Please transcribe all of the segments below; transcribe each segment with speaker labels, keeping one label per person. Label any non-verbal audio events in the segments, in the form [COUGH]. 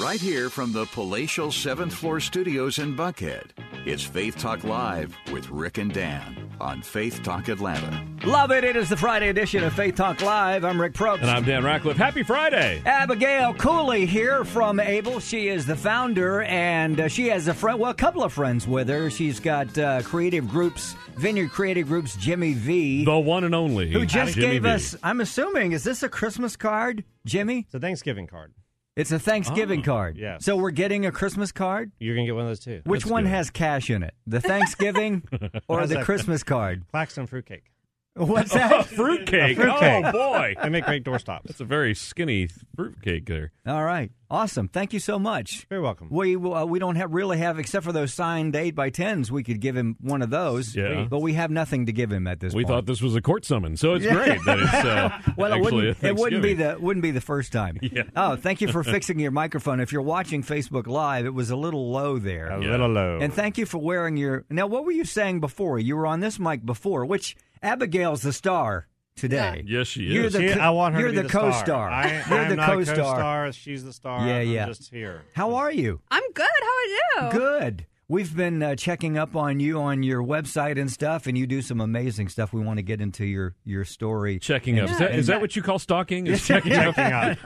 Speaker 1: Right here from the palatial seventh floor studios in Buckhead, it's Faith Talk Live with Rick and Dan on Faith Talk Atlanta.
Speaker 2: Love it. It is the Friday edition of Faith Talk Live. I'm Rick Probst.
Speaker 3: And I'm Dan Ratcliffe. Happy Friday.
Speaker 2: Abigail Cooley here from Able. She is the founder, and uh, she has a friend, well, a couple of friends with her. She's got uh, creative groups, Vineyard Creative Groups, Jimmy V,
Speaker 3: The one and only.
Speaker 2: who just
Speaker 3: Jimmy
Speaker 2: gave
Speaker 3: V.
Speaker 2: us, I'm assuming, is this a Christmas card, Jimmy?
Speaker 4: It's a Thanksgiving card.
Speaker 2: It's a Thanksgiving
Speaker 3: Oh,
Speaker 2: card.
Speaker 4: yeah.
Speaker 2: So we're getting a Christmas card?
Speaker 4: You're gonna get one of those too.
Speaker 2: Which
Speaker 3: That's
Speaker 2: one
Speaker 3: good.
Speaker 2: has cash in it? The
Speaker 3: [LAUGHS]
Speaker 2: Thanksgiving or
Speaker 4: How's
Speaker 2: the
Speaker 4: that?
Speaker 2: Christmas card?
Speaker 4: Claxton fruitcake.
Speaker 2: What's
Speaker 3: Oh,
Speaker 2: that?
Speaker 3: fruitcake.
Speaker 4: A fruitcake.
Speaker 3: Oh, boy.
Speaker 4: They make
Speaker 2: [LAUGHS]
Speaker 4: great doorstops.
Speaker 3: [LAUGHS] That's a very skinny th- fruitcake there.
Speaker 2: All right. Awesome. Thank you so much.
Speaker 4: You're welcome.
Speaker 2: We uh, we don't have really have except for those signed eight by tens. We could give him one of those,
Speaker 3: Yeah.
Speaker 2: but we have nothing to give him at this
Speaker 3: We
Speaker 2: point.
Speaker 3: thought this was a court summons, so it's great that it's uh,
Speaker 2: [LAUGHS] well, it
Speaker 3: actually
Speaker 2: wouldn't,
Speaker 3: a
Speaker 2: it wouldn't be
Speaker 3: Thanksgiving.
Speaker 2: the wouldn't be the first time.
Speaker 3: [LAUGHS] Yeah.
Speaker 2: Oh, thank you for fixing your microphone. If you're watching Facebook Live, it was a little low there.
Speaker 4: A
Speaker 3: Yeah.
Speaker 4: little low.
Speaker 2: And thank you for wearing your. Now, what were you saying before? You were on this mic before, which Abigail's the star today.
Speaker 3: Yes, she
Speaker 2: You're
Speaker 3: is.
Speaker 2: the
Speaker 4: See,
Speaker 2: co-
Speaker 4: I want her
Speaker 2: you're
Speaker 4: to
Speaker 2: the
Speaker 4: be the
Speaker 2: co-star.
Speaker 4: Star. I,
Speaker 2: You're
Speaker 4: I'm
Speaker 2: the
Speaker 4: not a
Speaker 2: co-star.
Speaker 4: co-star. She's the star.
Speaker 2: Yeah, yeah.
Speaker 4: I'm just here.
Speaker 2: How are you?
Speaker 5: I'm good. How are you?
Speaker 2: Good. We've been uh, checking up on you on your website and stuff, and you do some amazing stuff. We want to get into your your story.
Speaker 3: checking up. Is that, is that what you
Speaker 2: [LAUGHS]
Speaker 3: call stalking? Is checking up?
Speaker 4: Checking out.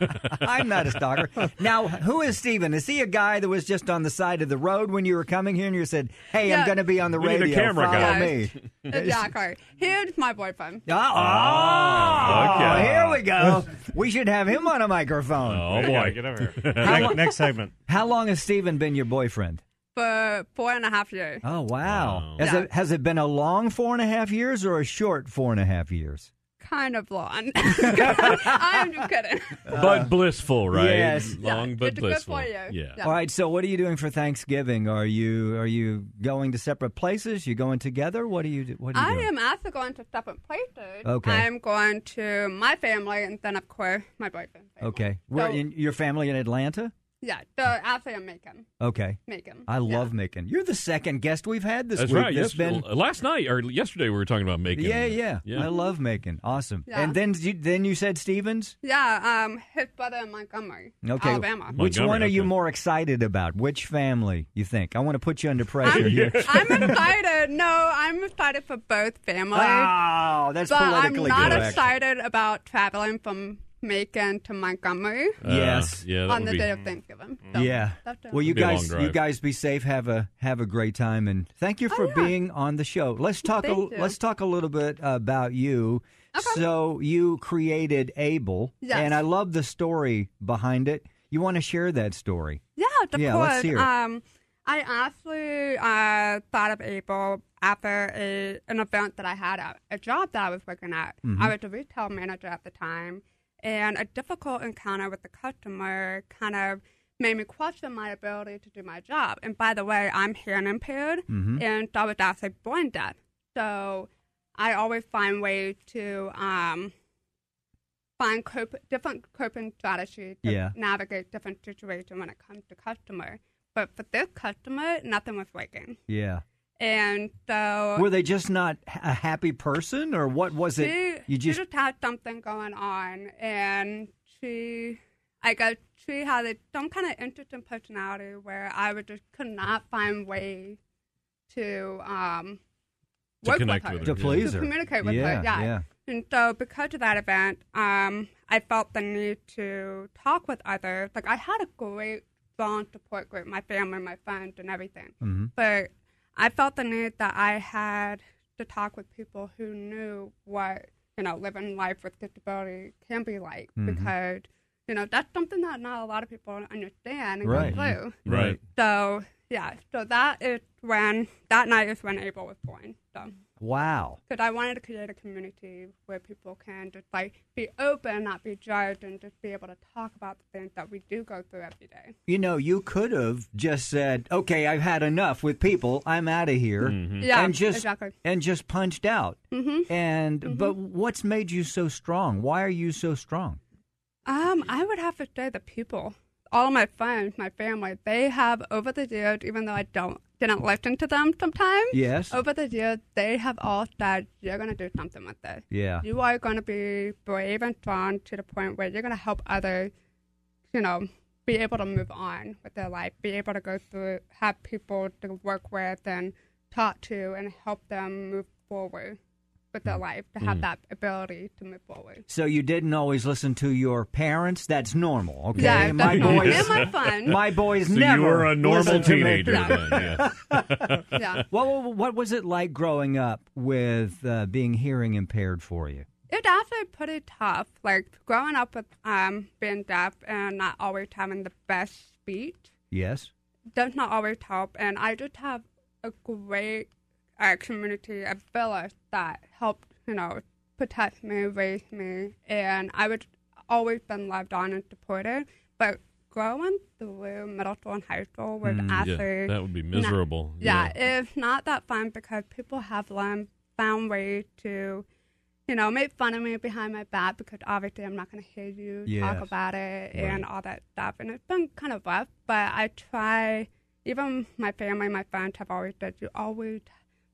Speaker 2: I'm not a stalker. Now, who is Steven? Is he a guy that was just on the side of the road when you were coming here and you said, "Hey, I'm
Speaker 5: Yeah.
Speaker 2: going to be on the
Speaker 3: We need a
Speaker 2: radio.
Speaker 3: camera
Speaker 2: Follow
Speaker 3: guy."
Speaker 2: me."
Speaker 5: The dark art. Here's my boyfriend.
Speaker 2: Oh, oh,
Speaker 3: Ah, okay.
Speaker 2: here we go. We should have him on a microphone.
Speaker 3: Oh,
Speaker 4: There you go.
Speaker 3: boy.
Speaker 4: Get over
Speaker 2: [LAUGHS]
Speaker 4: here. next, next segment.
Speaker 2: How long has Steven been your boyfriend?
Speaker 5: For four and a half years.
Speaker 2: Oh, wow.
Speaker 3: Wow.
Speaker 2: Has,
Speaker 5: Yeah.
Speaker 2: it, has it been a long four and a half years or a short four and a half years?
Speaker 5: Kind of
Speaker 2: [LAUGHS]
Speaker 5: blonde. I'm just kidding.
Speaker 3: But blissful, right?
Speaker 2: yes.
Speaker 3: Long
Speaker 5: Yeah,
Speaker 3: but
Speaker 5: it's good
Speaker 3: blissful.
Speaker 5: for you.
Speaker 3: Yeah.
Speaker 5: Yeah.
Speaker 2: All right. So, what are you doing for Thanksgiving? Are you are you going to separate places? You going together? What are you do- What are
Speaker 5: I
Speaker 2: you doing?
Speaker 5: am also going to different places.
Speaker 2: Okay.
Speaker 5: I'm going to my family and then, of course, my boyfriend. family.
Speaker 2: okay. Where
Speaker 5: So-
Speaker 2: in your family in Atlanta?
Speaker 5: Yeah, so actually, I'm Macon.
Speaker 2: Okay.
Speaker 5: Macon.
Speaker 2: I
Speaker 5: Yeah.
Speaker 2: love Macon. You're the second guest we've had this
Speaker 3: That's
Speaker 2: week.
Speaker 3: right.
Speaker 2: That's
Speaker 3: Yes, uh,
Speaker 2: been
Speaker 3: last night or yesterday, we were talking about making.
Speaker 2: yeah, yeah, I love Macon. Awesome.
Speaker 5: Yeah.
Speaker 2: And then you, then you said Stevens.
Speaker 5: Yeah, um, his brother in Montgomery,
Speaker 2: Okay.
Speaker 5: Alabama.
Speaker 2: Which
Speaker 3: Montgomery,
Speaker 2: one are you
Speaker 3: okay.
Speaker 2: more excited about? Which family you think? I want to put you under pressure
Speaker 5: I'm, [LAUGHS]
Speaker 2: here.
Speaker 5: I'm excited. No, I'm excited for both families.
Speaker 2: Oh, that's
Speaker 5: but I'm
Speaker 2: politically
Speaker 5: not
Speaker 2: correct.
Speaker 5: excited about traveling from Macon to Montgomery
Speaker 3: Uh,
Speaker 2: Yes.
Speaker 3: yeah. That
Speaker 5: on
Speaker 3: would
Speaker 5: the
Speaker 3: be, Mm.
Speaker 5: day of Thanksgiving. So
Speaker 2: Yeah.
Speaker 5: that's it.
Speaker 2: Well, you
Speaker 3: Be a long
Speaker 2: guys,
Speaker 3: drive.
Speaker 2: you guys, be safe. Have a have a great time, and thank you for being on the show. Let's
Speaker 5: [LAUGHS]
Speaker 2: talk. A,
Speaker 5: Oh, Thank you.
Speaker 2: let's talk a little bit about you.
Speaker 5: Okay.
Speaker 2: So you created Able,
Speaker 5: Yes.
Speaker 2: and I love the story behind it. You want to share that story?
Speaker 5: yeah, of
Speaker 2: Yeah,
Speaker 5: course.
Speaker 2: let's hear it.
Speaker 5: Um, I actually uh, thought of April after a, an event that I had at a job that I was working at.
Speaker 2: Mm-hmm.
Speaker 5: I was a retail manager at the time, and a difficult encounter with the customer kind of made me question my ability to do my job. And by the way, I'm hearing impaired,
Speaker 2: Mm-hmm.
Speaker 5: and so I was actually born deaf. So I always find ways to um, find cope, different coping strategies to
Speaker 2: Yeah.
Speaker 5: navigate different situations when it comes to customer. But for this customer, nothing was working.
Speaker 2: Yeah.
Speaker 5: And so
Speaker 2: Were they just not h- a happy person, or what was it?
Speaker 5: she,
Speaker 2: you just
Speaker 5: she just had something going on, and she, I guess she had a, some kind of interesting personality where I would just could not find ways to um,
Speaker 3: To
Speaker 5: work
Speaker 3: connect
Speaker 5: with her.
Speaker 3: with
Speaker 2: to
Speaker 3: Yeah.
Speaker 2: please
Speaker 5: to
Speaker 2: her.
Speaker 5: communicate with
Speaker 2: yeah,
Speaker 5: her. Yeah.
Speaker 2: yeah.
Speaker 5: And so because of that event, um, I felt the need to talk with others. Like I had a great strong support group, my family, my friends, and everything. But I felt the need that I had to talk with people who knew what you know living life with disability can be like because you know that's something that not a lot of people understand and
Speaker 2: Right.
Speaker 5: can do.
Speaker 3: Right.
Speaker 5: So yeah, so that is when that night is when April was born. So
Speaker 2: Wow.
Speaker 5: Because I wanted to create a community where people can just like be open, not be judged, and just be able to talk about the things that we do go through every day.
Speaker 2: You know, you could have just said, "Okay, I've had enough with people. I'm out of here,"
Speaker 3: Mm-hmm.
Speaker 5: Yeah,
Speaker 2: and just
Speaker 5: exactly.
Speaker 2: and just punched out. Mm-hmm. And but what's made you so strong? Why are you so strong?
Speaker 5: Um, I would have to say the people. All of my friends, my family, they have over the years, even though I don't didn't listen to them sometimes.
Speaker 2: Yes.
Speaker 5: Over the years, they have all said you're gonna do something with this.
Speaker 2: Yeah.
Speaker 5: You are gonna be brave and strong to the point where you're gonna help others, you know, be able to move on with their life, be able to go through, have people to work with and talk to, and help them move forward with
Speaker 2: Mm.
Speaker 5: their life to have that ability to move forward.
Speaker 2: So you didn't always listen to your parents. That's normal. Okay.
Speaker 5: Yeah,
Speaker 2: my
Speaker 5: definitely.
Speaker 2: boys.
Speaker 5: And my
Speaker 2: [LAUGHS]
Speaker 5: fun.
Speaker 2: my boys
Speaker 3: So
Speaker 2: never.
Speaker 3: you were a normal
Speaker 2: listened to me.
Speaker 3: teenager then. Yeah.
Speaker 5: yeah.
Speaker 2: What, what what was it like growing up with uh, being hearing impaired for you?
Speaker 5: It's actually pretty tough. Like growing up with um being deaf and not always having the best speech
Speaker 2: Yes.
Speaker 5: does not always help. And I just have a great uh, community of villas that helped, you know, protect me, raise me, and I would always been loved on and supported. But growing through middle school and high school was actually
Speaker 3: Mm, yeah, that would be
Speaker 5: not-
Speaker 3: miserable.
Speaker 5: yeah, it's not that fun because people have learned, found ways to, you know, make fun of me behind my back because obviously I'm not going to hear you
Speaker 2: Yes.
Speaker 5: talk about it and all that stuff. And it's been kind of rough, but I try, even my family, my friends have always said, you always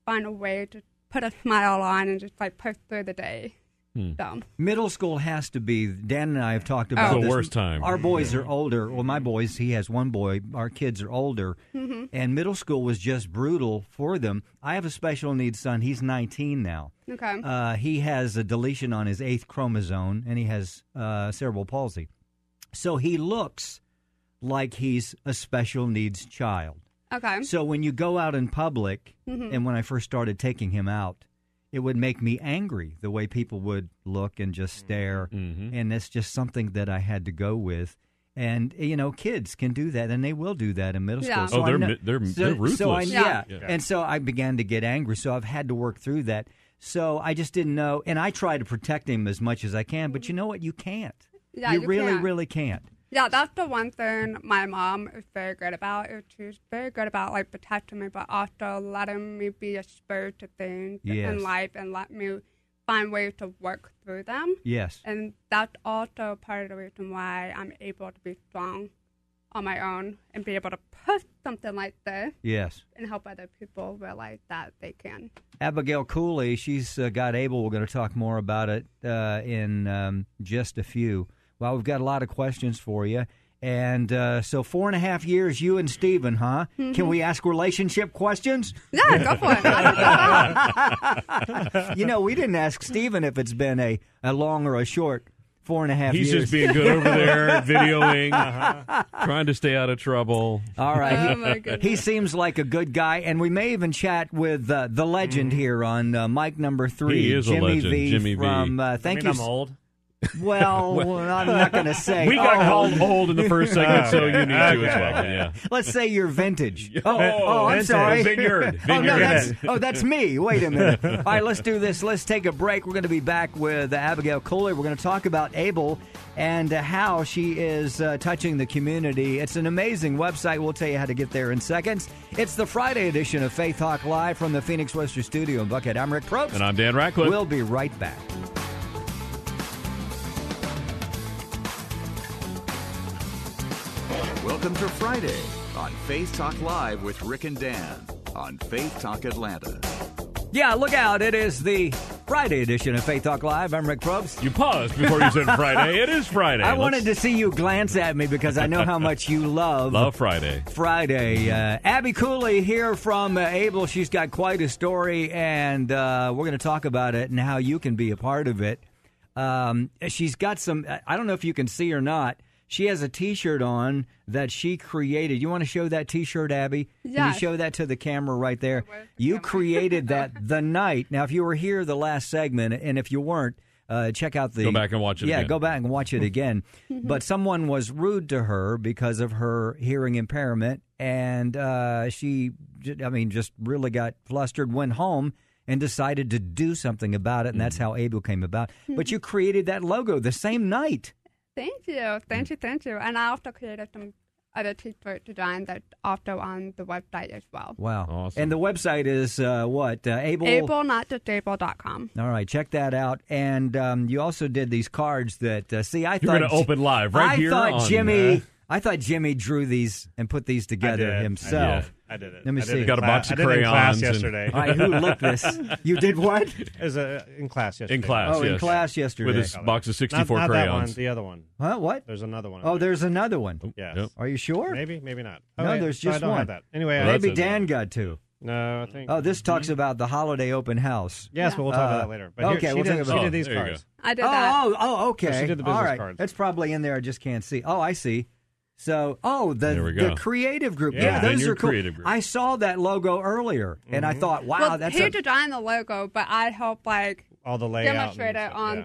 Speaker 5: find a way to put a smile on and just like push through the day. So,
Speaker 2: Middle school has to be. Dan and I have talked about
Speaker 3: Oh. The
Speaker 2: this.
Speaker 3: worst time.
Speaker 2: Our boys are older. Well, my boys, he has one boy. Our kids are older, and middle school was just brutal for them. I have a special needs son. He's 19 now.
Speaker 5: okay.
Speaker 2: Uh, he has a deletion on his eighth chromosome, and he has uh, cerebral palsy. So he looks like he's a special needs child.
Speaker 5: okay. Mm-hmm.
Speaker 2: So when you go out in public, and when I first started taking him out, it would make me angry the way people would look and just stare.
Speaker 3: Mm-hmm.
Speaker 2: And that's just something that I had to go with. And you know, kids can do that, and they will do that in middle
Speaker 5: Yeah.
Speaker 2: school.
Speaker 3: Oh,
Speaker 2: I
Speaker 3: they're
Speaker 2: kno-
Speaker 3: mi- they're-
Speaker 2: so-
Speaker 3: they're
Speaker 2: So I,
Speaker 3: ruthless.
Speaker 2: yeah.
Speaker 5: Yeah.
Speaker 3: Yeah.
Speaker 2: and so I began to get angry. So I've had to work through that. So I just didn't know, and I try to protect him as much as I can. But you know what? You can't.
Speaker 5: Mm-hmm. Yeah,
Speaker 2: you,
Speaker 5: you
Speaker 2: really,
Speaker 5: can't.
Speaker 2: really can't.
Speaker 5: Yeah, that's the one thing my mom is very good about. Is she's very good about like protecting me, but also letting me be exposed to things
Speaker 2: Yes.
Speaker 5: in life and let me find ways to work through them.
Speaker 2: Yes.
Speaker 5: And that's also part of the reason why I'm able to be strong on my own and be able to push something like this
Speaker 2: Yes.
Speaker 5: and help other people realize that they can.
Speaker 2: Abigail Cooley, she's uh, got able. We're going to talk more about it uh, in um, just a few. Well, we've got a lot of questions for you. And uh, so, four and a half years, you and Steven, huh?
Speaker 3: Mm-hmm.
Speaker 2: Can we ask relationship
Speaker 3: [LAUGHS]
Speaker 2: questions?
Speaker 5: Yeah, go for it. That's so fun.
Speaker 2: you know, we didn't ask Steven if it's been a, a long or a short four and a half
Speaker 3: He's
Speaker 2: years.
Speaker 3: just being good over
Speaker 4: [LAUGHS]
Speaker 3: there, videoing,
Speaker 4: Uh-huh.
Speaker 3: trying to stay out of trouble.
Speaker 2: All right.
Speaker 3: [LAUGHS]
Speaker 5: Oh, my goodness.
Speaker 2: [LAUGHS] He seems like a good guy, and we may even chat with uh, the legend here on uh, Mike number three.
Speaker 3: Mm-hmm. He is a
Speaker 2: Jimmy
Speaker 3: legend,
Speaker 2: V
Speaker 3: Jimmy V.
Speaker 2: from, Uh,
Speaker 4: I
Speaker 2: thank
Speaker 4: mean,
Speaker 2: you.
Speaker 4: I'm old.
Speaker 3: [LAUGHS]
Speaker 2: Well, I'm not going to say.
Speaker 3: We got
Speaker 2: Oh,
Speaker 3: called old in the first segment, so you need to as
Speaker 4: Okay.
Speaker 3: well. Yeah.
Speaker 2: [LAUGHS] Let's say you're
Speaker 3: [LAUGHS]
Speaker 2: vintage. Oh, oh, oh, I'm
Speaker 4: vintage.
Speaker 2: sorry.
Speaker 3: Vineyard.
Speaker 2: [LAUGHS] Oh, no,
Speaker 4: Vineyard.
Speaker 2: that's, oh, that's me. Wait a minute. All right, let's do this. Let's take a break. We're going to be back with Abigail Coley. We're going to talk about Abel and uh, how she is uh, touching the community. It's an amazing website. We'll tell you how to get there in seconds. It's the Friday edition of Faith Talk Live from the Phoenix Western Studio in Buckhead. I'm Rick Probst.
Speaker 3: And I'm Dan Ratcliffe.
Speaker 2: We'll be right back.
Speaker 1: Welcome to Friday on Faith Talk Live with Rick and Dan on Faith Talk Atlanta.
Speaker 2: Yeah, look out. It is the Friday edition of Faith Talk Live. I'm Rick Probst.
Speaker 3: you paused before you said Friday. It is Friday.
Speaker 2: I
Speaker 3: Let's-
Speaker 2: wanted to see you glance at me because I know how much you love,
Speaker 3: love Friday.
Speaker 2: Friday. Uh, Abby Cooley here from uh, Able. She's got quite a story, and uh, we're going to talk about it and how you can be a part of it. Um, she's got some, I- I don't know if you can see or not. She has a T-shirt on that she created. You want to show that T-shirt, Abby? Can you
Speaker 5: Yes.
Speaker 2: show that to the camera right there?
Speaker 5: Where's the
Speaker 2: You
Speaker 5: camera?
Speaker 2: created
Speaker 5: [LAUGHS]
Speaker 2: that the night. Now, if you were here the last segment, and if you weren't, uh, check out the
Speaker 3: Go back and watch it
Speaker 2: Yeah,
Speaker 3: again.
Speaker 2: go back and watch it again. but someone was rude to her because of her hearing impairment, and uh, she, j- I mean, just really got flustered. Went home and decided to do something about it, and
Speaker 3: Mm-hmm.
Speaker 2: that's how Abel came about. But you created that logo the same night.
Speaker 5: Thank you, thank you, thank you. And I also created some other t-shirt design that also on the website as well.
Speaker 2: Wow.
Speaker 3: Awesome.
Speaker 2: And the website is uh, what? Uh, Abel.
Speaker 5: AbleNotDisable.com.
Speaker 2: All right, check that out. And um, you also did these cards that, uh, see, I
Speaker 3: You're
Speaker 2: thought.
Speaker 3: gonna open live right
Speaker 2: I
Speaker 3: here
Speaker 2: Thought
Speaker 3: on,
Speaker 2: Jimmy,
Speaker 3: uh,
Speaker 2: I thought Jimmy drew these and put these together himself.
Speaker 4: I did it.
Speaker 2: Let me
Speaker 4: I did
Speaker 2: see.
Speaker 4: it in
Speaker 3: Got a
Speaker 4: cla-
Speaker 3: box of
Speaker 4: I did it in class
Speaker 3: crayons and-
Speaker 4: yesterday.
Speaker 2: All right,
Speaker 4: [LAUGHS]
Speaker 2: who looked this? You did what?
Speaker 4: It was uh, in class yesterday.
Speaker 3: in class.
Speaker 2: Oh, in
Speaker 3: yes.
Speaker 2: class yesterday.
Speaker 3: with his box of sixty-four
Speaker 4: not, not that one,
Speaker 3: crayons.
Speaker 4: the other one.
Speaker 2: Huh? What?
Speaker 4: There's another one.
Speaker 2: Oh, there's another one.
Speaker 4: Yes.
Speaker 3: Yep.
Speaker 2: Are you sure?
Speaker 4: Maybe, maybe not.
Speaker 2: No,
Speaker 4: wait,
Speaker 2: there's
Speaker 4: so I
Speaker 2: just
Speaker 4: don't
Speaker 2: one.
Speaker 4: Have that. Anyway, I-
Speaker 3: Well, that's Mm-hmm.
Speaker 2: Maybe
Speaker 3: a-
Speaker 2: Dan got two.
Speaker 4: no, I think.
Speaker 2: Oh, this talks about the holiday open house.
Speaker 4: Yes, but we'll talk
Speaker 2: Uh,
Speaker 4: about that later. But
Speaker 2: okay,
Speaker 4: here, she,
Speaker 2: we'll
Speaker 4: did,
Speaker 2: talk
Speaker 4: she
Speaker 3: about-
Speaker 4: did these
Speaker 3: Oh, there you
Speaker 4: cards.
Speaker 5: I did that.
Speaker 2: Oh, oh, oh, okay.
Speaker 4: She did the
Speaker 2: All
Speaker 4: business
Speaker 2: right.
Speaker 4: cards.
Speaker 2: That's probably in there. I just can't see. Oh, I see. So, oh, the
Speaker 3: There we
Speaker 2: the
Speaker 3: go.
Speaker 2: creative group. Yeah,
Speaker 4: Yeah,
Speaker 2: those
Speaker 3: Vineyard
Speaker 2: are cool.
Speaker 3: Creative Group. Mm-hmm.
Speaker 2: I saw that logo earlier, and I thought, wow,
Speaker 5: well,
Speaker 2: that's
Speaker 5: he
Speaker 2: a,
Speaker 5: designed the logo, but I helped like
Speaker 4: All the layout. and
Speaker 5: demonstrate it
Speaker 4: stuff,
Speaker 5: on
Speaker 4: yeah.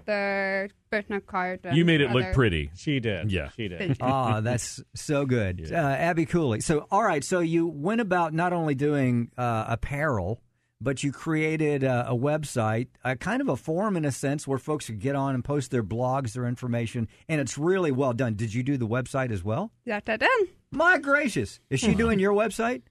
Speaker 5: the business card. and
Speaker 3: You made it look
Speaker 5: other-
Speaker 3: pretty.
Speaker 4: She did.
Speaker 3: Yeah.
Speaker 4: She did. [LAUGHS]
Speaker 2: Ah, that's so good. Uh, Abby Cooley. So, all right. So, you went about not only doing uh, apparel, but you created uh, a, a website, a kind of a forum in a sense, where folks could get on and post their blogs, their information, and it's really well done. Did you do the website as well?
Speaker 5: Yes,
Speaker 4: [LAUGHS]
Speaker 5: I did.
Speaker 2: My gracious. Is
Speaker 4: Hmm.
Speaker 2: she doing your website?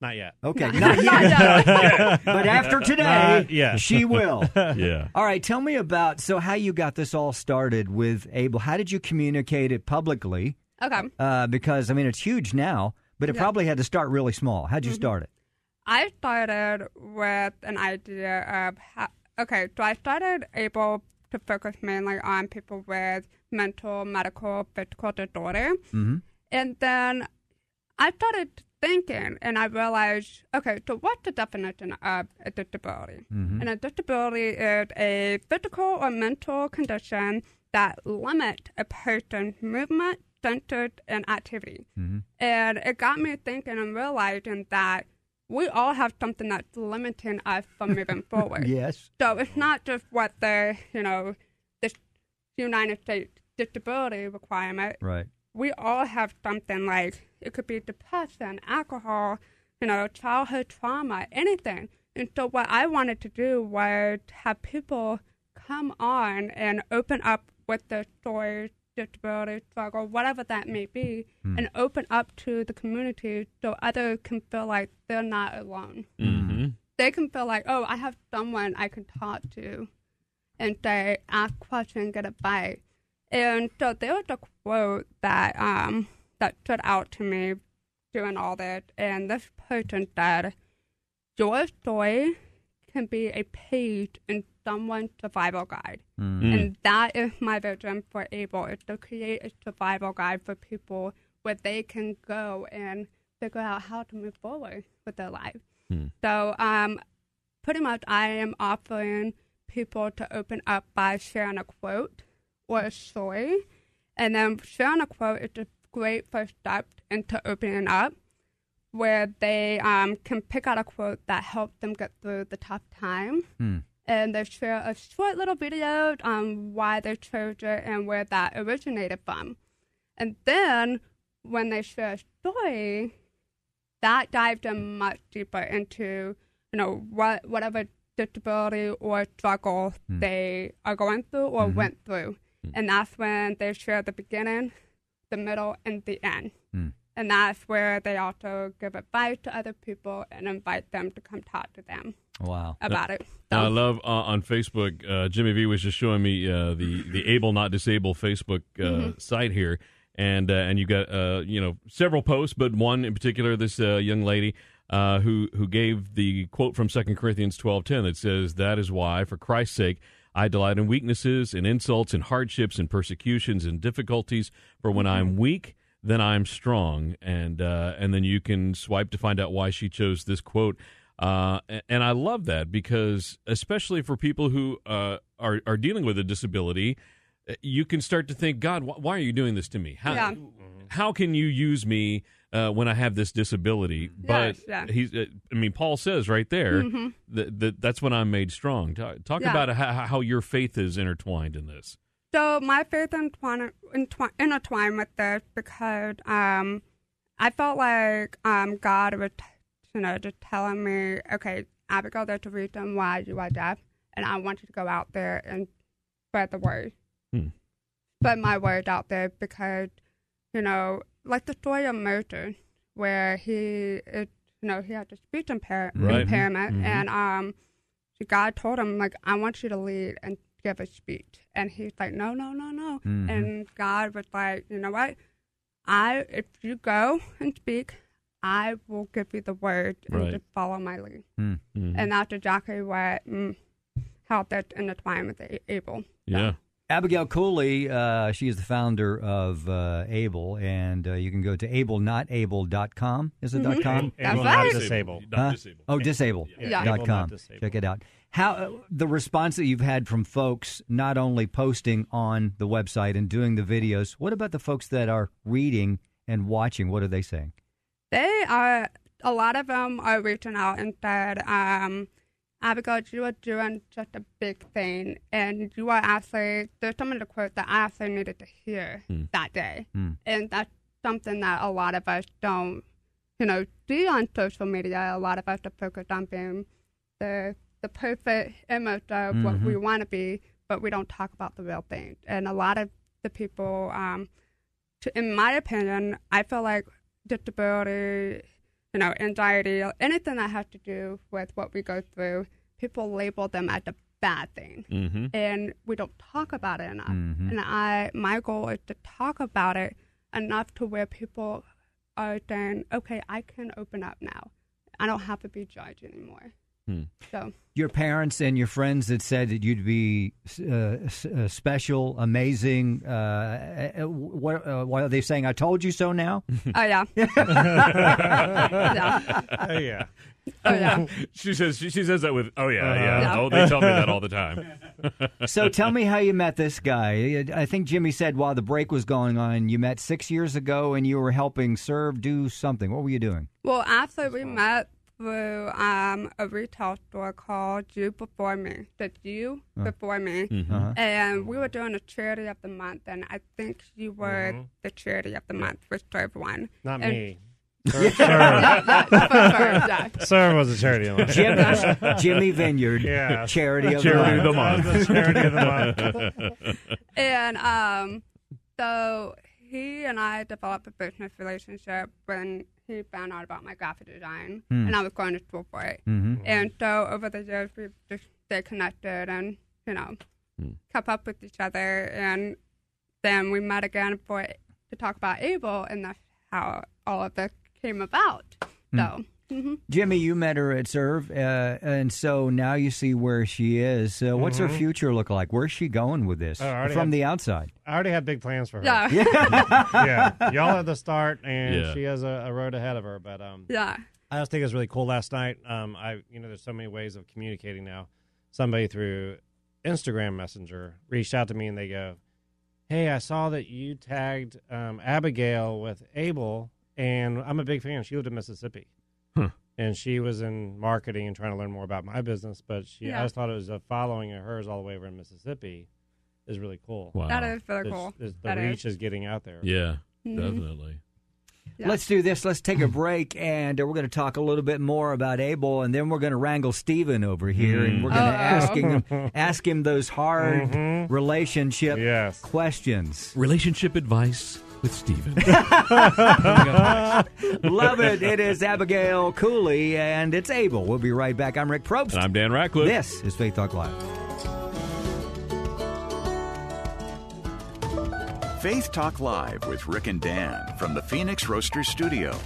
Speaker 4: Not yet.
Speaker 2: Okay. Not yet.
Speaker 5: Not
Speaker 4: [LAUGHS]
Speaker 5: yet.
Speaker 2: But after today,
Speaker 4: Not yet.
Speaker 2: she
Speaker 4: [LAUGHS]
Speaker 2: will. [LAUGHS]
Speaker 3: Yeah.
Speaker 2: All right, tell me about so how you got this all started with Abel. How did you communicate it publicly?
Speaker 5: okay.
Speaker 2: uh, because I mean it's huge now, but it probably had to start really small. How'd you start it?
Speaker 5: I started with an idea of how, okay, so I started able to focus mainly on people with mental, medical, physical disorder, and then I started thinking, and I realized, okay, so what's the definition of a disability? And a disability is a physical or mental condition that limits a person's movement, centered, and activity. And it got me thinking and realizing that we all have something that's limiting us from moving forward.
Speaker 2: Yes.
Speaker 5: So it's not just what the, you know, this United States disability requirement.
Speaker 2: Right.
Speaker 5: We all have something like it could be depression, alcohol, you know, childhood trauma, anything. And so what I wanted to do was have people come on and open up with their stories, disability, struggle, whatever that may be, and open up to the community so others can feel like they're not alone
Speaker 3: Mm-hmm.
Speaker 5: they can feel like, oh, I have someone I can talk to and say, ask questions, get advice. And so there was a quote that um that stood out to me during all that, and this person said, "Your story can be a page in someone's survival guide," and that is my vision for Able is to create a survival guide for people where they can go and figure out how to move forward with their life. So, um, pretty much, I am offering people to open up by sharing a quote or a story, and then sharing a quote is a great first step into opening up, where they um, can pick out a quote that helped them get through the tough time. And they share a short little video on why they chose it and where that originated from. And then when they share a story, that dived in much deeper into you know what whatever disability or struggle they are going through or went through and that's when they share the beginning the middle and the end and that's where they also give advice to other people and invite them to come talk to them
Speaker 2: Wow.
Speaker 5: about it so,
Speaker 3: I love uh, on Facebook. Uh, Jimmy V was just showing me uh, the the able not disable Facebook uh, site here, and uh, and you got uh, you know several posts, but one in particular, this uh, young lady. Uh, who who gave the quote from 2 Corinthians twelve ten that says that is why for Christ's sake I delight in weaknesses and insults and hardships and persecutions and difficulties for when I'm weak then I'm strong. And uh, and then you can swipe to find out why she chose this quote. Uh, a- and I love that because especially for people who uh, are are dealing with a disability, uh, you can start to think, God, wh- why are you doing this to me? How
Speaker 5: Yeah.
Speaker 3: how can you use me? Uh, when I have this disability, but
Speaker 5: Yes, yeah. Mm-hmm.
Speaker 3: he's, uh, I mean, Paul says right there that, that that's when I'm made strong. Ta- Talk,
Speaker 5: Yeah.
Speaker 3: about how, how your faith is intertwined in this.
Speaker 5: So my faith entwined, entwined, intertwined with this because um, I felt like um, God was, you know, just telling me, okay, Abigail there to read them why you are deaf, and I wanted to go out there and spread the word,
Speaker 3: Hmm.
Speaker 5: spread my word out there because, you know, like the story of Merton, where he, it, you know, he had a speech impair-
Speaker 3: Right.
Speaker 5: impairment,
Speaker 3: Mhm.
Speaker 5: and um, God told him like, I want you to lead and give a speech, and he's like, no, no, no, no,
Speaker 3: Mm-hmm.
Speaker 2: Mhm.
Speaker 5: and God was like, you know what, I, if you go and speak, I will give you the word and
Speaker 3: Right.
Speaker 5: just follow my lead.
Speaker 3: Mhm.
Speaker 5: And that's exactly what mm, helped that in the time with the Abel.
Speaker 3: yeah.
Speaker 2: Abigail Cooley, uh, she is the founder of uh, Able, and uh, you can go to ablenotable.com. Is it dot com?
Speaker 5: That's
Speaker 4: Able,
Speaker 5: right.
Speaker 4: not
Speaker 5: [LAUGHS]
Speaker 4: disabled.
Speaker 3: Not
Speaker 2: Huh?
Speaker 3: disabled.
Speaker 2: Oh, disable.
Speaker 5: Yeah.
Speaker 2: Dot
Speaker 4: Able,
Speaker 2: com.
Speaker 4: not disabled.
Speaker 2: Check it out. How uh, the response that you've had from folks not only posting on the website and doing the videos, what about the folks that are reading and watching? What are they saying?
Speaker 5: They are, a lot of them are reaching out and said, um, Abigail, you are doing such a big thing. And you are actually, there's some of the quotes that I actually needed to hear that day. And that's something that a lot of us don't, you know, do on social media. A lot of us are focused on being the, the perfect image of what we want to be, but we don't talk about the real thing. And a lot of the people, um, to, in my opinion, I feel like disability, you know, anxiety, anything that has to do with what we go through, people label them as a bad thing,
Speaker 3: Mm-hmm.
Speaker 5: and we don't talk about it enough. And I, my goal is to talk about it enough to where people are saying, "Okay, I can open up now. I don't have to be judged anymore."
Speaker 3: Hmm. [LAUGHS]
Speaker 5: So
Speaker 2: Your parents and your friends that said that you'd be uh, s- uh, special, amazing. Uh, uh, what, uh, what are they saying? I told you so now?
Speaker 5: Oh yeah. [LAUGHS] yeah.
Speaker 4: Oh, yeah.
Speaker 5: Oh yeah.
Speaker 3: She says she, she says that with oh yeah yeah.
Speaker 2: Uh-huh.
Speaker 3: Oh, they tell
Speaker 2: [LAUGHS]
Speaker 3: me that all the time.
Speaker 2: so tell me how you met this guy. I think Jimmy said while the break was going on, you met six years ago and you were helping serve, do something. What were you doing?
Speaker 5: Well, after we met through um, a retail store called You Before Me, the You Before Me, and we were doing a charity of the month, and I think you were the charity of the month for Serve One.
Speaker 4: Not
Speaker 5: And-
Speaker 4: me. Sir,
Speaker 5: [LAUGHS]
Speaker 4: Sir,
Speaker 5: Yeah, [LAUGHS] for Serve, yeah.
Speaker 4: Sir was a charity of the month.
Speaker 2: Jim,
Speaker 4: [LAUGHS]
Speaker 2: Jimmy Vineyard,
Speaker 4: Yeah.
Speaker 2: charity of
Speaker 3: Charity
Speaker 2: the
Speaker 3: of
Speaker 2: month.
Speaker 3: the month.
Speaker 4: The charity of the month.
Speaker 5: [LAUGHS]
Speaker 3: [LAUGHS]
Speaker 5: And um, so he and I developed a business relationship when he found out about my graphic design, and I was going to school for it.
Speaker 2: Mm-hmm.
Speaker 5: And so over the years, we just stayed connected and, you know,
Speaker 2: Hmm.
Speaker 5: kept up with each other. And then we met again for to talk about Abel, and that's how all of this came about. So, mhm.
Speaker 2: Jimmy, you met her at Serve, uh, and so now you see where she is. Uh, what's her future look like? Where's she going with this
Speaker 4: Oh, I already
Speaker 2: from
Speaker 4: have-
Speaker 2: the outside?
Speaker 4: I already have big plans for her.
Speaker 5: yeah, [LAUGHS] yeah.
Speaker 4: yeah. Y'all at the start, and
Speaker 3: Yeah.
Speaker 4: she has a, a road ahead of her. But um, I just think it was really cool last night. Um, I you know, there's so many ways of communicating now. Somebody through Instagram Messenger reached out to me and they go, "Hey, I saw that you tagged um, Abigail with Abel, and I'm a big fan. She lived in Mississippi,
Speaker 3: Huh.
Speaker 4: and she was in marketing and trying to learn more about my business. But she,
Speaker 5: Yeah.
Speaker 4: I just thought it was a following of hers all the way over in Mississippi is really cool.
Speaker 3: Wow.
Speaker 5: that is really
Speaker 4: It's-
Speaker 5: cool. Mm-hmm.
Speaker 4: it's- the
Speaker 5: That is.
Speaker 4: reach is getting out there.
Speaker 3: yeah,
Speaker 2: Mm-hmm.
Speaker 3: definitely.
Speaker 5: Yeah.
Speaker 2: Let's do this. Let's take a break, and uh, we're going to talk a little bit more about Abel, and then we're going to wrangle Steven over here, and we're going to
Speaker 5: Oh.
Speaker 2: ask him ask him those hard relationship
Speaker 4: Yes.
Speaker 2: questions.
Speaker 3: Relationship advice with [LAUGHS] Steven.
Speaker 2: Love it. It is Abigail Cooley, and it's Abel. We'll be right back. I'm Rick Probst.
Speaker 3: and I'm Dan Ratcliffe.
Speaker 2: This is Faith Talk Live.
Speaker 1: Faith Talk Live with Rick and Dan from the Phoenix Roaster Studio.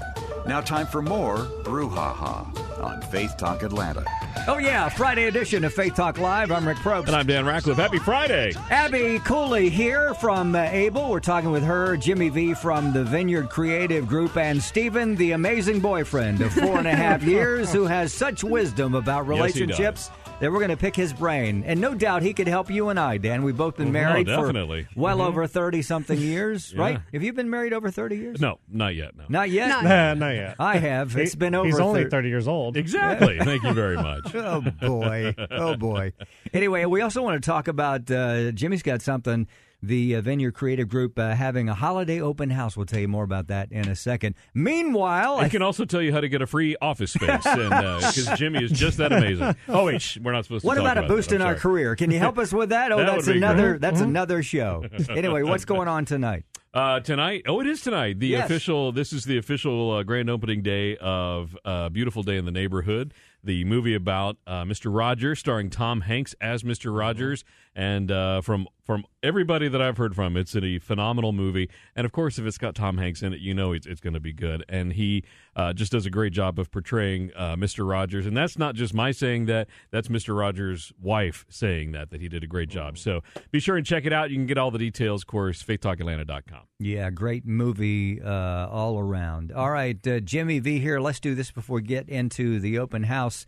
Speaker 1: Now, time for more Brouhaha on Faith Talk Atlanta.
Speaker 2: Oh yeah, Friday edition of Faith Talk Live. I'm Rick Probst.
Speaker 3: And I'm Dan Ratcliffe. Happy Friday.
Speaker 2: Abby Cooley here from uh, Able. We're talking with her, Jimmy V from the Vineyard Creative Group, and Stephen, the amazing boyfriend of four and a
Speaker 3: [LAUGHS]
Speaker 2: half years, who has such wisdom about
Speaker 3: Yes, he does.
Speaker 2: relationships that we're going to pick his brain. And no doubt he could help you and I, Dan. We've both been married
Speaker 3: Oh, definitely. Mm-hmm.
Speaker 2: for well over 30 something years,
Speaker 3: Yeah.
Speaker 2: right? Have you been married over 30 years?
Speaker 3: No, not yet. No.
Speaker 2: Not yet?
Speaker 5: Not
Speaker 4: Nah, [LAUGHS] not yet.
Speaker 2: I have. It's
Speaker 4: He-
Speaker 2: been over
Speaker 4: He's only
Speaker 2: 30
Speaker 4: 30 years old.
Speaker 3: Exactly. Thank
Speaker 2: [LAUGHS]
Speaker 3: you very much.
Speaker 2: oh boy, oh boy. Anyway, we also want to talk about uh, Jimmy's got something the uh, Vineyard Creative Group uh, having a holiday open house. We'll tell you more about that in a second. Meanwhile,
Speaker 3: I can also tell you how to get a free office space
Speaker 2: [LAUGHS]
Speaker 3: because Jimmy is just that amazing. Oh wait, shh, we're not supposed to.
Speaker 2: What
Speaker 3: talk
Speaker 2: about a
Speaker 3: about
Speaker 2: boost
Speaker 3: that.
Speaker 2: in
Speaker 3: I'm
Speaker 2: our
Speaker 3: sorry.
Speaker 2: career? Can you help us with that? Oh,
Speaker 3: [LAUGHS] That
Speaker 2: that's
Speaker 3: would be great. Mm-hmm.
Speaker 2: another that's another
Speaker 3: [LAUGHS]
Speaker 2: show. anyway, what's going on tonight?
Speaker 3: Uh, tonight, oh, it is tonight. The
Speaker 2: Yes.
Speaker 3: official. This is the official uh, grand opening day of uh, "Beautiful Day in the Neighborhood," the movie about uh, Mr. Rogers, starring Tom Hanks as Mr.
Speaker 2: Uh-huh.
Speaker 3: Rogers, and uh, from from everybody that I've heard from, it's a phenomenal movie. And of course, if it's got Tom Hanks in it, you know it's, it's going to be good. And he uh, just does a great job of portraying uh, Mr. Rogers. And that's not just my saying that; that's Mr. Rogers' wife saying that that he did a great job.
Speaker 2: Uh-huh.
Speaker 3: So be sure and check it out. You can get all the details, of course, faithtalkatlanta.com.
Speaker 2: Yeah, great movie uh, all around. All right, uh, Jimmy V here. Let's do this before we get into the open house.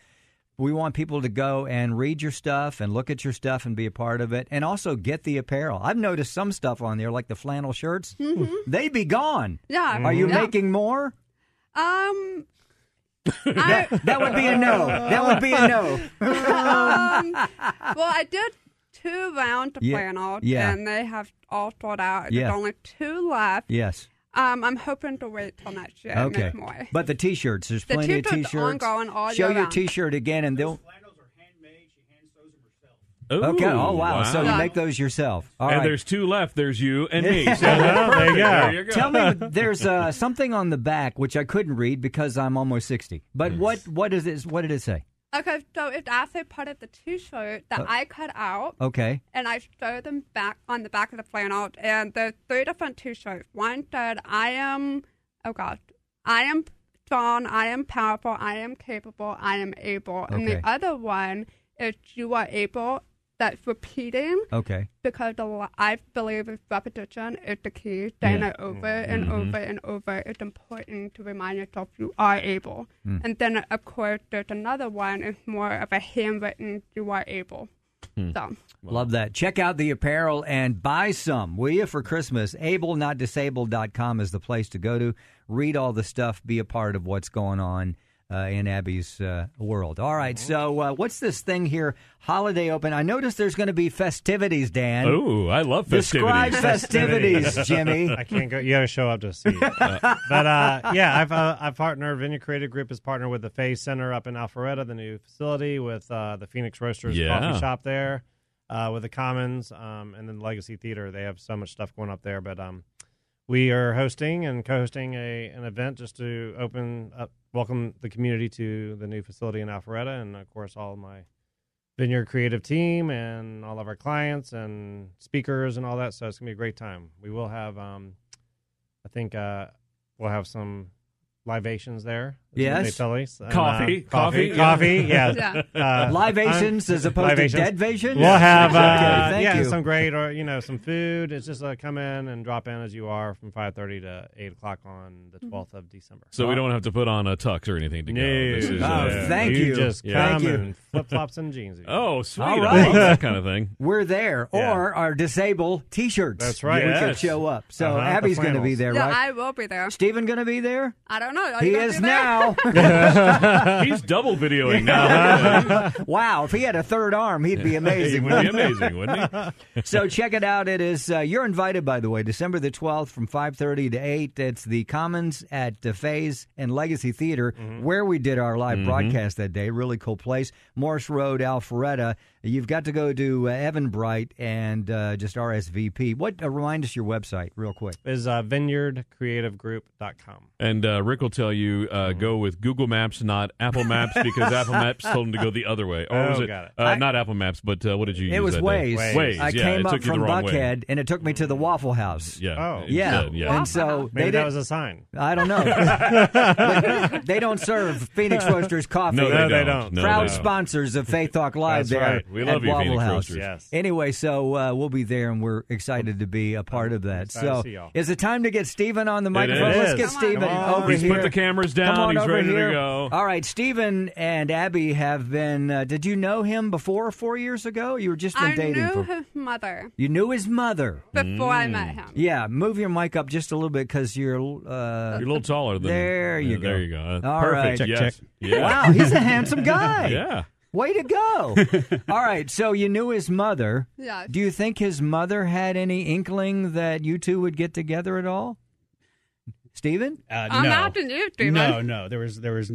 Speaker 2: We want people to go and read your stuff and look at your stuff and be a part of it, and also get the apparel. I've noticed some stuff on there, like the flannel shirts. They be gone.
Speaker 5: Yeah.
Speaker 2: Are you
Speaker 5: Mm-hmm. yeah.
Speaker 2: making more?
Speaker 5: Um.
Speaker 2: [LAUGHS]
Speaker 5: I,
Speaker 2: That would be a no. That would be a
Speaker 5: [LAUGHS]
Speaker 2: no.
Speaker 5: um, well, I did two rounds of
Speaker 2: Yeah,
Speaker 5: flannel,
Speaker 2: yeah.
Speaker 5: and they have all sold out.
Speaker 2: Yeah.
Speaker 5: There's only two left.
Speaker 2: Yes.
Speaker 5: Um, I'm hoping to wait till next year. and
Speaker 2: Okay.
Speaker 5: Make more.
Speaker 2: But the t-shirts, there's
Speaker 5: The
Speaker 2: plenty of
Speaker 5: t-shirts
Speaker 2: t-shirts.
Speaker 5: ongoing all
Speaker 2: Show
Speaker 5: year
Speaker 2: your
Speaker 5: round.
Speaker 2: t-shirt again, and they'll.
Speaker 3: Ooh,
Speaker 2: Okay. Oh wow. So you
Speaker 5: wow.
Speaker 2: make those yourself. All right.
Speaker 3: and there's two left. There's you
Speaker 2: [LAUGHS]
Speaker 3: and me. So
Speaker 4: Yeah,
Speaker 3: that's
Speaker 4: [LAUGHS] there you
Speaker 3: perfect.
Speaker 4: go.
Speaker 3: There you go.
Speaker 2: Tell me, there's uh, something on the back which I couldn't read because I'm almost sixty. But what what is it? What did it say?
Speaker 5: Okay, so it's actually part of the T-shirt that I cut out,
Speaker 2: Okay.
Speaker 5: and I sew them back on the back of the flannel. And there's three different T-shirts. One said, "I am, oh gosh, I am strong, I am powerful, I am capable, I am able." And
Speaker 2: Okay.
Speaker 5: the other one is, "You are able." That's repeating.
Speaker 2: Okay.
Speaker 5: because a lot, I believe is repetition is the key. Saying
Speaker 2: Yeah. Mm-hmm.
Speaker 5: it over and over and over. It's important to remind yourself you are able.
Speaker 2: Mm.
Speaker 5: And then, of course, there's another one. It's more of a handwritten "you are able."
Speaker 2: Mm. [LAUGHS]
Speaker 5: So,
Speaker 2: Love that. Check out the apparel and buy some, will you, for Christmas? AbleNotDisabled.com is the place to go to. Read all the stuff. Be a part of what's going on uh, in Abby's uh, world. All right. So, uh, what's this thing here? Holiday open. I noticed there's going to be festivities, Dan.
Speaker 3: Ooh, I love [LAUGHS]
Speaker 2: Describe
Speaker 3: Oh, festivities.
Speaker 2: festivities, Jimmy.
Speaker 4: [LAUGHS] I can't go. You got to show up to see. it. but uh, yeah, I've uh, I've partnered. Vineyard Creative Group is partnered with the Faye Center up in Alpharetta, the new facility with uh, the Phoenix Roasters
Speaker 3: Yeah.
Speaker 4: coffee shop there, uh, with the Commons, um, and then Legacy Theater. They have so much stuff going up there. But um, we are hosting and co-hosting a an event just to open up, welcome the community to the new facility in Alpharetta, and of course all of my Vineyard Creative team and all of our clients and speakers and all that. So it's gonna be a great time. We will have, um, I think, uh, we'll have some libations there. is what
Speaker 2: Yes.
Speaker 4: they tell us. And, uh,
Speaker 3: Coffee. Coffee,
Speaker 4: coffee,
Speaker 3: yeah.
Speaker 4: coffee. Yeah,
Speaker 2: [LAUGHS]
Speaker 3: [LAUGHS]
Speaker 5: Yeah.
Speaker 4: Uh,
Speaker 2: Libations
Speaker 4: I'm-
Speaker 2: as opposed
Speaker 4: libations.
Speaker 2: to deadvations?
Speaker 4: We'll have uh,
Speaker 2: Okay, thank
Speaker 4: yeah
Speaker 2: you.
Speaker 4: some great or you know some food. It's just uh, come in and drop in as you are from five thirty to eight o'clock on the twelfth of December.
Speaker 3: so we don't have to put on a tux or anything to go.
Speaker 4: No.
Speaker 3: This is,
Speaker 4: No,
Speaker 3: uh,
Speaker 2: Oh, thank you.
Speaker 4: You just
Speaker 3: Yeah.
Speaker 4: come
Speaker 2: Thank you.
Speaker 4: in flip flops and jeans.
Speaker 3: Oh, sweet.
Speaker 2: All
Speaker 3: I
Speaker 2: right.
Speaker 3: love that kind of thing.
Speaker 2: We're there,
Speaker 4: Yeah.
Speaker 2: or our disabled T-shirts.
Speaker 4: That's right.
Speaker 2: We could
Speaker 3: Yes.
Speaker 2: show up. So
Speaker 4: Uh-huh, the
Speaker 2: Abby's going to be
Speaker 4: flannels.
Speaker 2: there,
Speaker 5: yeah,
Speaker 2: right?
Speaker 5: I will be there.
Speaker 2: Stephen going to be there.
Speaker 5: I don't know. Are you
Speaker 2: He
Speaker 5: gonna
Speaker 2: is
Speaker 5: be there? [LAUGHS]
Speaker 2: now.
Speaker 3: He's double videoing now.
Speaker 2: wow! If he had a third arm, he'd
Speaker 4: [LAUGHS]
Speaker 2: be
Speaker 3: it
Speaker 2: amazing.
Speaker 3: would
Speaker 2: [LAUGHS]
Speaker 3: be amazing, wouldn't it?
Speaker 2: so check it out. It is. Uh, you're invited, by the way, December the 12th from 5:30 to 8. It's the Commons at the Phase and Legacy Theater, where we did our live broadcast that day. Really cool place, Morse Road, Alpharetta. You've got to go to uh, Evan Bright and uh, just RSVP. What? Uh, remind us your website real quick.
Speaker 4: is uh, vineyardcreativegroup.com.
Speaker 3: And uh, Rick will tell you uh, go with Google Maps, not Apple Maps,
Speaker 2: [LAUGHS]
Speaker 3: because Apple Maps told him to go the other way. Or
Speaker 4: Oh,
Speaker 3: was it,
Speaker 4: got it.
Speaker 3: Uh, not Apple Maps, but uh, what did you use?
Speaker 2: It was
Speaker 3: that day?
Speaker 2: Waze.
Speaker 4: Waze.
Speaker 3: Waze,
Speaker 2: I
Speaker 3: yeah,
Speaker 2: came
Speaker 3: it
Speaker 2: up
Speaker 3: took you
Speaker 2: from
Speaker 3: the wrong way.
Speaker 2: Buckhead, and it took me to the Waffle House.
Speaker 3: Yeah.
Speaker 4: Oh.
Speaker 3: it
Speaker 2: Yeah.
Speaker 3: did, yeah.
Speaker 2: And so
Speaker 4: Maybe
Speaker 2: they
Speaker 4: that
Speaker 2: did-
Speaker 4: was a sign.
Speaker 2: I don't know. [LAUGHS] But they don't serve Phoenix Roasters coffee.
Speaker 3: No,
Speaker 4: No,
Speaker 3: they
Speaker 4: they
Speaker 3: don't.
Speaker 4: don't.
Speaker 3: No,
Speaker 2: Proud
Speaker 3: they don't.
Speaker 2: sponsors of Faith Talk Live
Speaker 4: That's
Speaker 2: there
Speaker 4: right.
Speaker 3: We
Speaker 2: at
Speaker 3: love you,
Speaker 2: Waffle
Speaker 3: Phoenix
Speaker 2: House.
Speaker 3: Roasters.
Speaker 4: Yes.
Speaker 2: Anyway, so uh, we'll be there, and we're excited to be a part of that.
Speaker 4: excited to
Speaker 2: So,
Speaker 4: see y'all.
Speaker 2: is it time to get Steven on the microphone?
Speaker 3: is.
Speaker 2: Let's get
Speaker 5: Come on.
Speaker 2: Steven
Speaker 4: Come on.
Speaker 2: over
Speaker 3: He's
Speaker 2: here.
Speaker 3: put the cameras down.
Speaker 2: Come on
Speaker 3: He's
Speaker 2: over
Speaker 3: ready
Speaker 2: here. Uh,
Speaker 3: to go.
Speaker 2: All right, Steven and Abby have been. Uh, did you know him before four years ago? You were just been
Speaker 5: I
Speaker 2: dating.
Speaker 5: knew
Speaker 2: for,
Speaker 5: his mother
Speaker 2: You knew his mother.
Speaker 5: before I met him.
Speaker 2: Mm. Yeah, move your mic up just a little bit because you're. Uh,
Speaker 3: You're a little taller than
Speaker 2: There you
Speaker 3: Yeah, There
Speaker 2: go.
Speaker 3: you go.
Speaker 2: All
Speaker 3: Perfect.
Speaker 2: right. Check,
Speaker 3: yes.
Speaker 4: check.
Speaker 3: Yeah.
Speaker 2: wow, he's a handsome guy.
Speaker 3: [LAUGHS] Yeah.
Speaker 2: Way to
Speaker 3: [LAUGHS]
Speaker 2: go! All right, so you knew his mother.
Speaker 5: Yeah.
Speaker 2: Do you think his mother had any inkling that you two would get together at all? Stephen?
Speaker 6: Uh,
Speaker 5: I'm
Speaker 6: no.
Speaker 5: after you, Steven.
Speaker 6: No, no, there was there was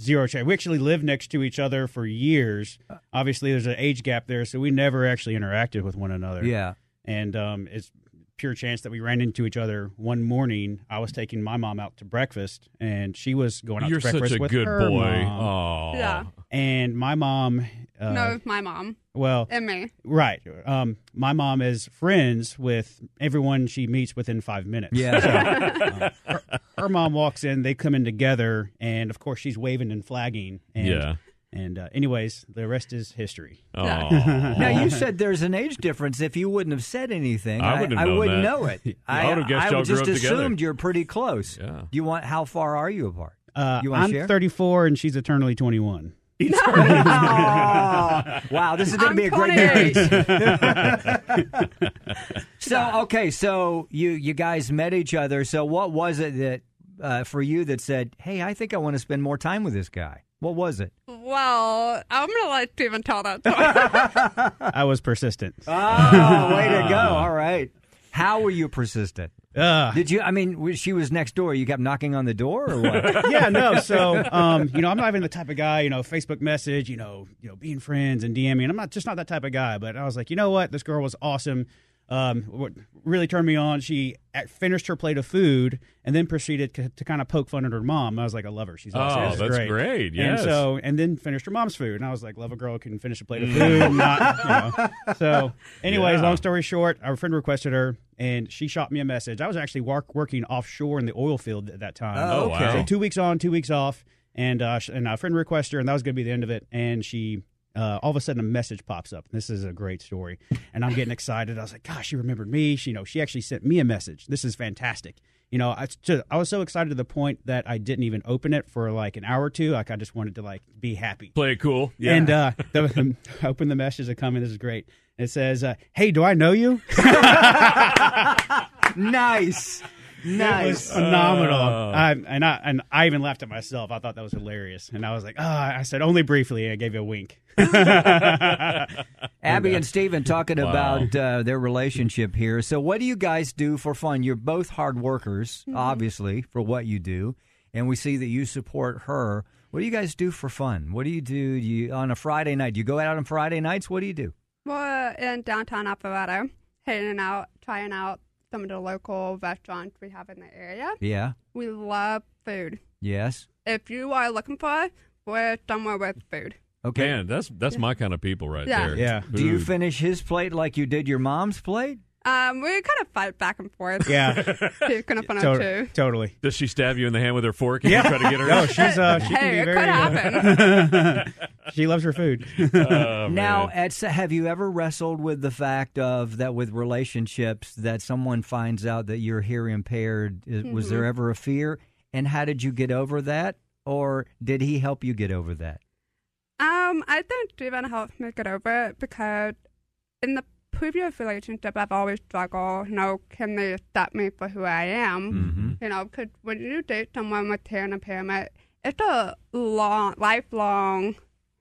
Speaker 6: zero chance. We actually lived next to each other for years.
Speaker 3: Uh,
Speaker 6: Obviously, there's an age gap there, so we never actually interacted with one another.
Speaker 2: Yeah.
Speaker 6: and um, it's pure chance that we ran into each other one morning. I was taking my mom out to breakfast, and she was going out
Speaker 3: You're
Speaker 6: to
Speaker 3: such
Speaker 6: breakfast
Speaker 3: a
Speaker 6: with
Speaker 3: good
Speaker 6: her
Speaker 3: boy.
Speaker 6: mom.
Speaker 3: Oh,
Speaker 5: Yeah.
Speaker 6: And my mom, uh,
Speaker 5: no, it's my mom
Speaker 6: well,
Speaker 5: and me.
Speaker 6: right. Um, my mom is friends with everyone she meets within five minutes.
Speaker 3: [LAUGHS]
Speaker 2: Yeah.
Speaker 6: her mom walks in. They come in together, and of course she's waving and flagging. And,
Speaker 3: Yeah.
Speaker 6: And uh, anyways, the rest is history.
Speaker 3: Oh.
Speaker 2: [LAUGHS] now you said there's an age difference. If you wouldn't have said anything,
Speaker 3: I
Speaker 2: I,
Speaker 3: wouldn't have
Speaker 2: I
Speaker 3: known
Speaker 2: wouldn't
Speaker 3: that. [LAUGHS]
Speaker 2: know it.
Speaker 3: I would have guessed y'all grew
Speaker 2: just
Speaker 3: up together.
Speaker 2: assumed you're pretty close.
Speaker 3: Yeah.
Speaker 2: Do you want? How far are you apart?
Speaker 6: Uh,
Speaker 2: you want
Speaker 6: I'm
Speaker 2: to share?
Speaker 6: 34, and she's
Speaker 2: [LAUGHS]
Speaker 6: eternally 21.
Speaker 2: Oh, wow, this is going to
Speaker 5: I'm
Speaker 2: be a great
Speaker 5: 28.
Speaker 2: marriage. [LAUGHS] so okay, so you you guys met each other. So what was it that uh, for you that said, "Hey, I think I want to spend more time with this guy"? What was it?
Speaker 5: Well, I'm gonna let Steven tell
Speaker 2: [LAUGHS]
Speaker 5: that story.
Speaker 6: I was persistent.
Speaker 2: Oh, way [LAUGHS] to go! All right, how were you persistent?
Speaker 6: Uh,
Speaker 2: Did you? I mean, was- she was next door. You kept knocking on the door, or what?
Speaker 6: yeah, no. So, um, you know, I'm not even the type of guy, you know, Facebook message, you know, you know, being friends and DMing. I'm not just not that type of guy. But I was like, you know what, this girl was awesome. Um, what really turned me on. She at, finished her plate of food and then proceeded c- to kind of poke fun at her mom. I was like, I love her. She's awesome.
Speaker 3: Oh,
Speaker 6: This is
Speaker 3: that's
Speaker 6: great.
Speaker 3: great.
Speaker 6: And
Speaker 3: Yes.
Speaker 6: so, and then finished her mom's food. And I was like, love a girl who can finish a plate of food. not,
Speaker 3: [LAUGHS]
Speaker 6: you know. So, anyways,
Speaker 3: Mm. Yeah.
Speaker 6: long story short, our friend requested her. And she shot me a message. I was actually work, working offshore in the oil field at that time.
Speaker 2: Oh,
Speaker 3: okay.
Speaker 6: So two weeks on, two weeks off, and uh, sh- and a friend requested her, and that was going to be the end of it. And she, uh, all of a sudden, a message pops up. This is a great story, and I'm getting excited. I was like, "Gosh, she remembered me." She, you know, she actually sent me a message. This is fantastic. You know, I, it's just, I was so excited to the point that I didn't even open it for like an hour or two. Like I just wanted to like be happy.
Speaker 3: play it cool.
Speaker 6: And uh, the, [LAUGHS] I open the message that come in. This is great. It says, uh, "Hey, do I know you?"
Speaker 2: [LAUGHS] nice,
Speaker 6: It was
Speaker 2: nice.
Speaker 6: phenomenal.
Speaker 3: Oh.
Speaker 6: I, and I and I even laughed at myself. I thought that was hilarious, and I was like, "Ah!" I said only briefly, and I gave you
Speaker 3: [LAUGHS]
Speaker 6: a wink.
Speaker 2: Abby and Steven talking about uh, their relationship here. So, what do you guys do for fun? You're both hard workers, obviously, for what you do, and we see that you support her. What do you guys do for fun? What do you do? Do you on a Friday night? Do you go out on Friday nights? What do you do?
Speaker 5: We're uh, in downtown Alpharetta, hanging out, trying out some of the local restaurants we have in the area.
Speaker 2: Yeah.
Speaker 5: We love food.
Speaker 2: Yes.
Speaker 5: If you are looking for us, we're somewhere with food.
Speaker 2: Okay.
Speaker 3: Man, that's that's my kind of people right
Speaker 5: Yeah.
Speaker 3: there.
Speaker 6: Yeah.
Speaker 2: Do you
Speaker 3: Food.
Speaker 2: finish his plate like you did your mom's plate?
Speaker 5: Um, we kind of fight back and forth. [LAUGHS]
Speaker 6: Yeah,
Speaker 5: She's kind of fun
Speaker 6: to-
Speaker 5: too.
Speaker 6: totally.
Speaker 3: Does she stab you in the hand with her fork and you try to
Speaker 2: [LAUGHS]
Speaker 3: get her?
Speaker 6: No, she's uh, she can
Speaker 5: Hey,
Speaker 6: be
Speaker 5: it
Speaker 6: very.
Speaker 5: could happen.
Speaker 6: uh, she loves
Speaker 3: [LAUGHS]
Speaker 6: her food.
Speaker 5: [LAUGHS]
Speaker 3: Oh,
Speaker 2: now, [LAUGHS]
Speaker 3: man.
Speaker 2: at, s- have you ever wrestled with the fact of that with relationships that someone finds out that you're hearing impaired? Is, Was there ever a fear, and how did you get over that, or did he help you get over that?
Speaker 5: um, I think Steven helped me get over it because in the previous relationship, I've always struggled. You know, can they accept me for who I am? You know, because when you date someone with hearing impairment, it's a long, lifelong,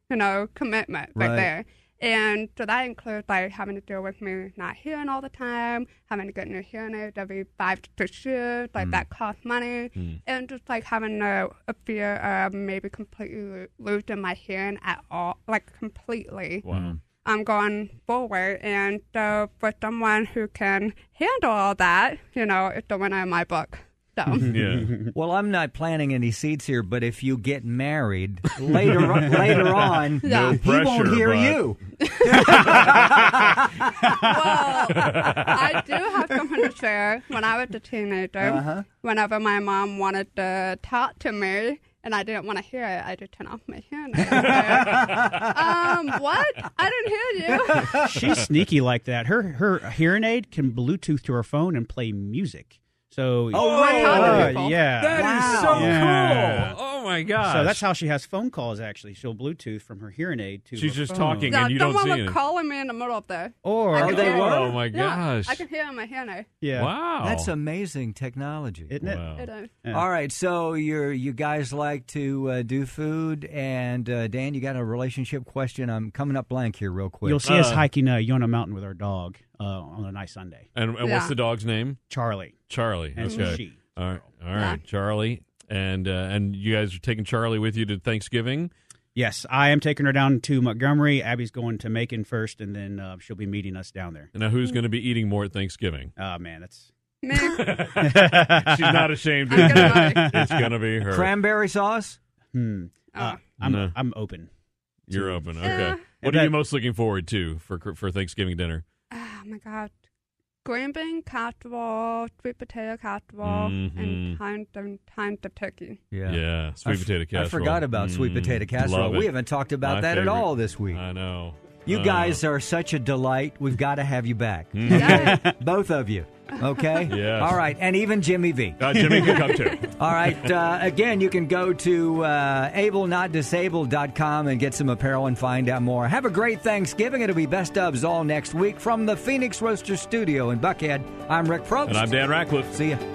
Speaker 5: you know, commitment right,
Speaker 2: Right.
Speaker 5: there. And so that includes like having to deal with me not hearing all the time, having to get new hearing aids every five to six years, like that costs money, and just like having a, a fear of maybe completely lo- losing my hearing at all, like completely. Mm-hmm.
Speaker 3: wow.
Speaker 5: I'm going forward. And so for someone who can handle all that, you know, it's the winner in my book. So
Speaker 3: Yeah.
Speaker 2: Well, I'm not planting any seeds here, but if you get
Speaker 3: [LAUGHS]
Speaker 2: married later on, later on,
Speaker 5: No
Speaker 2: he won't
Speaker 3: pressure,
Speaker 2: hear
Speaker 3: but-
Speaker 2: you.
Speaker 5: well, I
Speaker 3: [LAUGHS]
Speaker 5: do have something to share. When I was a teenager,
Speaker 3: Uh-huh.
Speaker 5: whenever my mom wanted to talk to me and I didn't want to hear it, I just turned off my hand. um, what? I didn't hear you.
Speaker 6: She's sneaky like that. Her her hearing aid can Bluetooth to her phone and play music. So
Speaker 2: Oh, really?
Speaker 6: Uh,
Speaker 5: people.
Speaker 6: yeah.
Speaker 3: That is
Speaker 2: Wow.
Speaker 3: so
Speaker 6: Yeah.
Speaker 3: cool. Oh my my gosh.
Speaker 6: So that's how she has phone calls. Actually, she'll Bluetooth from her hearing aid to.
Speaker 3: She's
Speaker 6: her
Speaker 3: just
Speaker 6: phone.
Speaker 3: talking.
Speaker 5: Yeah,
Speaker 3: [LAUGHS] and you don't
Speaker 5: someone
Speaker 3: see
Speaker 5: was
Speaker 3: it.
Speaker 5: calling me in the middle of the.
Speaker 6: Or
Speaker 5: I can hear
Speaker 2: they
Speaker 5: it.
Speaker 2: were?
Speaker 3: Oh my
Speaker 5: Yeah,
Speaker 3: gosh.
Speaker 5: I can hear it in my hand. now.
Speaker 6: yeah,
Speaker 3: Wow.
Speaker 2: That's amazing technology.
Speaker 6: isn't it?
Speaker 3: Wow.
Speaker 5: It is.
Speaker 6: Yeah.
Speaker 2: All right, so you're you guys like to uh, do food, and uh, Dan, you got a relationship question. I'm coming up blank here, real quick.
Speaker 6: You'll see us
Speaker 3: Uh,
Speaker 6: hiking uh, Yona Mountain with our dog uh, on a nice Sunday.
Speaker 3: And, and what's
Speaker 5: Yeah.
Speaker 3: the dog's name?
Speaker 6: Charlie
Speaker 3: Charlie.
Speaker 6: and
Speaker 3: okay.
Speaker 6: she.
Speaker 3: All right. All right. Charlie. And uh, and you guys are taking Charlie with you to Thanksgiving.
Speaker 6: Yes, I am taking her down to Montgomery. Abby's going to Macon first, and then uh, she'll be meeting us down there.
Speaker 3: And now who's going to be eating more
Speaker 2: [LAUGHS]
Speaker 3: at Thanksgiving?
Speaker 6: Oh man, that's
Speaker 3: [LAUGHS]
Speaker 5: Me, I'm
Speaker 3: She's not ashamed.
Speaker 5: gonna lie.
Speaker 3: it's going to be her.
Speaker 2: Cranberry sauce.
Speaker 6: hmm. Uh,
Speaker 5: Oh.
Speaker 6: I'm
Speaker 3: No.
Speaker 6: I'm open.
Speaker 3: You're open. Okay.
Speaker 5: Yeah.
Speaker 3: What
Speaker 6: And
Speaker 3: are
Speaker 6: that-
Speaker 3: you most looking forward to for for Thanksgiving dinner?
Speaker 5: Oh my god. Green bean casserole, sweet potato casserole,
Speaker 3: Mhm.
Speaker 5: and timed and timed of turkey.
Speaker 3: Yeah.
Speaker 2: I
Speaker 3: Sweet
Speaker 2: f-
Speaker 3: potato casserole.
Speaker 2: I forgot about sweet
Speaker 3: Mm,
Speaker 2: potato casserole.
Speaker 3: love it.
Speaker 2: We haven't talked about
Speaker 3: My
Speaker 2: that
Speaker 3: favorite.
Speaker 2: at all this week.
Speaker 3: I know.
Speaker 2: you
Speaker 3: Uh, Mm.
Speaker 2: guys are such a delight. We've got to have you back,
Speaker 3: Mm-hmm.
Speaker 5: Yeah.
Speaker 2: both of you.
Speaker 3: [LAUGHS]
Speaker 2: Okay.
Speaker 3: Yes.
Speaker 2: All right, and even Jimmy V.
Speaker 3: Uh, Jimmy can come too.
Speaker 2: [LAUGHS] All
Speaker 3: [LAUGHS]
Speaker 2: right. Uh, again, you can go to uh, ablenotdisabled.com and get some apparel and find out more. Have a great Thanksgiving. It'll be best ofs all next week from the Phoenix Roaster Studio in Buckhead. I'm Rick Probst.
Speaker 3: And I'm Dan Ratcliffe.
Speaker 2: See ya.